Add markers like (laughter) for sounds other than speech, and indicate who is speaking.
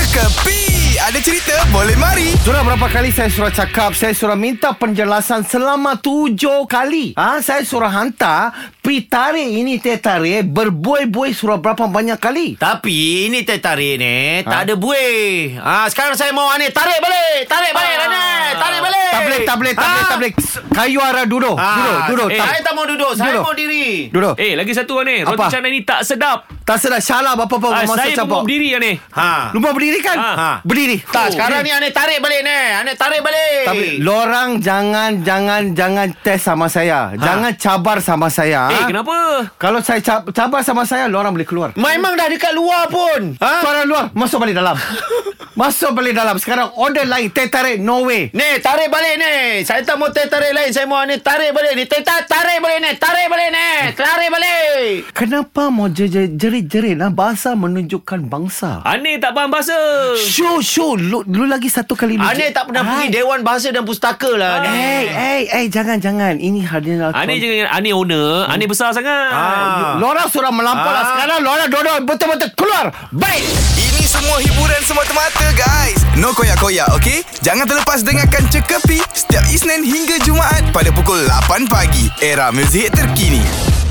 Speaker 1: Kepi Ada cerita boleh mari
Speaker 2: Surah berapa kali saya surah cakap Saya surah minta penjelasan selama tujuh kali ha? Saya surah hantar Pitare ini tetare Berbuai-buai surah berapa banyak kali
Speaker 3: Tapi ini teh tarik ni ha? Tak ada buih ha, Sekarang saya mau aneh Tarik balik Tarik balik ha. Ranai Tarik balik
Speaker 2: Ah. Tablet, tablet, tablet,
Speaker 3: Ah.
Speaker 2: tablet Kayu arah duduk
Speaker 3: Ah,
Speaker 2: Duduk, duduk
Speaker 3: eh,
Speaker 2: tab-
Speaker 3: Saya tak mau duduk Saya
Speaker 2: Duduk.
Speaker 3: mau diri
Speaker 2: Duduk
Speaker 4: Eh lagi satu ni Roti
Speaker 2: Apa?
Speaker 4: canai ni tak sedap
Speaker 2: Tak sedap salah apa-apa
Speaker 4: ah,
Speaker 2: Masuk
Speaker 4: Saya
Speaker 2: cabut
Speaker 4: pun berdiri ni
Speaker 3: Oh, Ha.
Speaker 2: Lupa berdiri kan?
Speaker 4: Ah,
Speaker 3: ah.
Speaker 2: Berdiri
Speaker 3: Tak, sekarang ni Eh. aneh tarik balik ni. Aneh tarik balik.
Speaker 2: Tapi lorang jangan jangan jangan test sama
Speaker 3: Ah.
Speaker 2: saya. Jangan cabar sama saya.
Speaker 4: Eh
Speaker 2: ha?
Speaker 4: kenapa
Speaker 2: Kalau saya cab- cabar sama saya, lorang boleh keluar.
Speaker 3: memang dah dekat luar pun. Ha?
Speaker 2: Suara luar, masuk balik dalam. (laughs) masuk balik dalam. Sekarang order lain, teh tarik, no way.
Speaker 3: Ni, tarik balik ni. Saya tak mau teh tarik lain. Saya mau ni tarik balik ni. Teh tarik, tarik balik ni. Tarik balik ni. Tarik balik.
Speaker 2: Kenapa mau jer- jer- jerit-jerit? Nah, bahasa menunjukkan bangsa.
Speaker 4: Aneh tak faham bahasa
Speaker 2: Show, show. Lu, lu lagi Ah. satu kali. lu-
Speaker 3: Aneh Ah, tak pernah
Speaker 2: Hai.
Speaker 3: pergi Dewan Bahasa dan Pustaka lah. ni.
Speaker 2: Hey, hey, hey, eh, jangan, jangan. Ini hadiah.
Speaker 4: Aneh jangan Aneh owner Aneh besar sangat
Speaker 3: Hmm. Ah.
Speaker 2: Lorang sudah melampau lah.
Speaker 3: Ah.
Speaker 2: Sekarang lorang dodok betul-betul keluar. Baik.
Speaker 1: Ini semua hiburan semata-mata guys No koyak-koyak ok Jangan terlepas dengarkan Cekapi Setiap Isnin hingga Jumaat Pada pukul 8 pagi Era muzik terkini